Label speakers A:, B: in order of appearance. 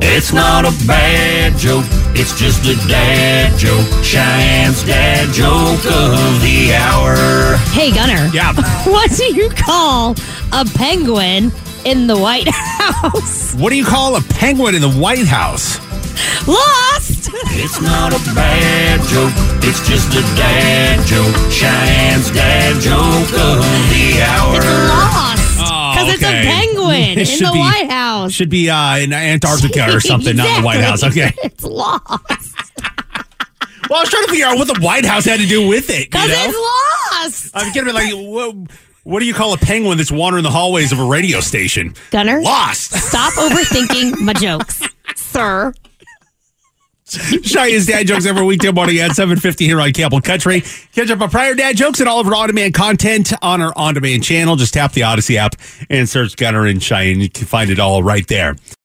A: It's not a bad joke, it's just a dad joke. Cheyenne's dad joke of the hour.
B: Hey, Gunner.
C: Yeah.
B: What do you call a penguin in the White House?
C: What do you call a penguin in the White House?
B: Lost.
A: It's not a bad joke, it's just a dad joke. Cheyenne's dad joke of the
B: It's
A: hour.
B: lost.
C: Oh,
B: Because it's a
C: okay.
B: penguin
C: It
B: in
C: should
B: the
C: be-
B: White House.
C: Should be uh, in Antarctica or something, not in the White House.
B: Exactly.
C: Okay.
B: It's lost.
C: Well, I was trying to figure out what the White House had to do with it. You
B: Because
C: know?
B: it's lost.
C: I'm gonna be like, what, what do you call a penguin that's wandering the hallways of a radio station?
B: Gunner,
C: Lost.
B: stop overthinking my jokes, sir.
C: Cheyenne's dad jokes every weekday morning at 7:50 here on Campbell Country. Catch up on prior dad jokes and all of our on-demand content on our on-demand channel. Just tap the Odyssey app and search Gunner and Cheyenne. You can find it all right there.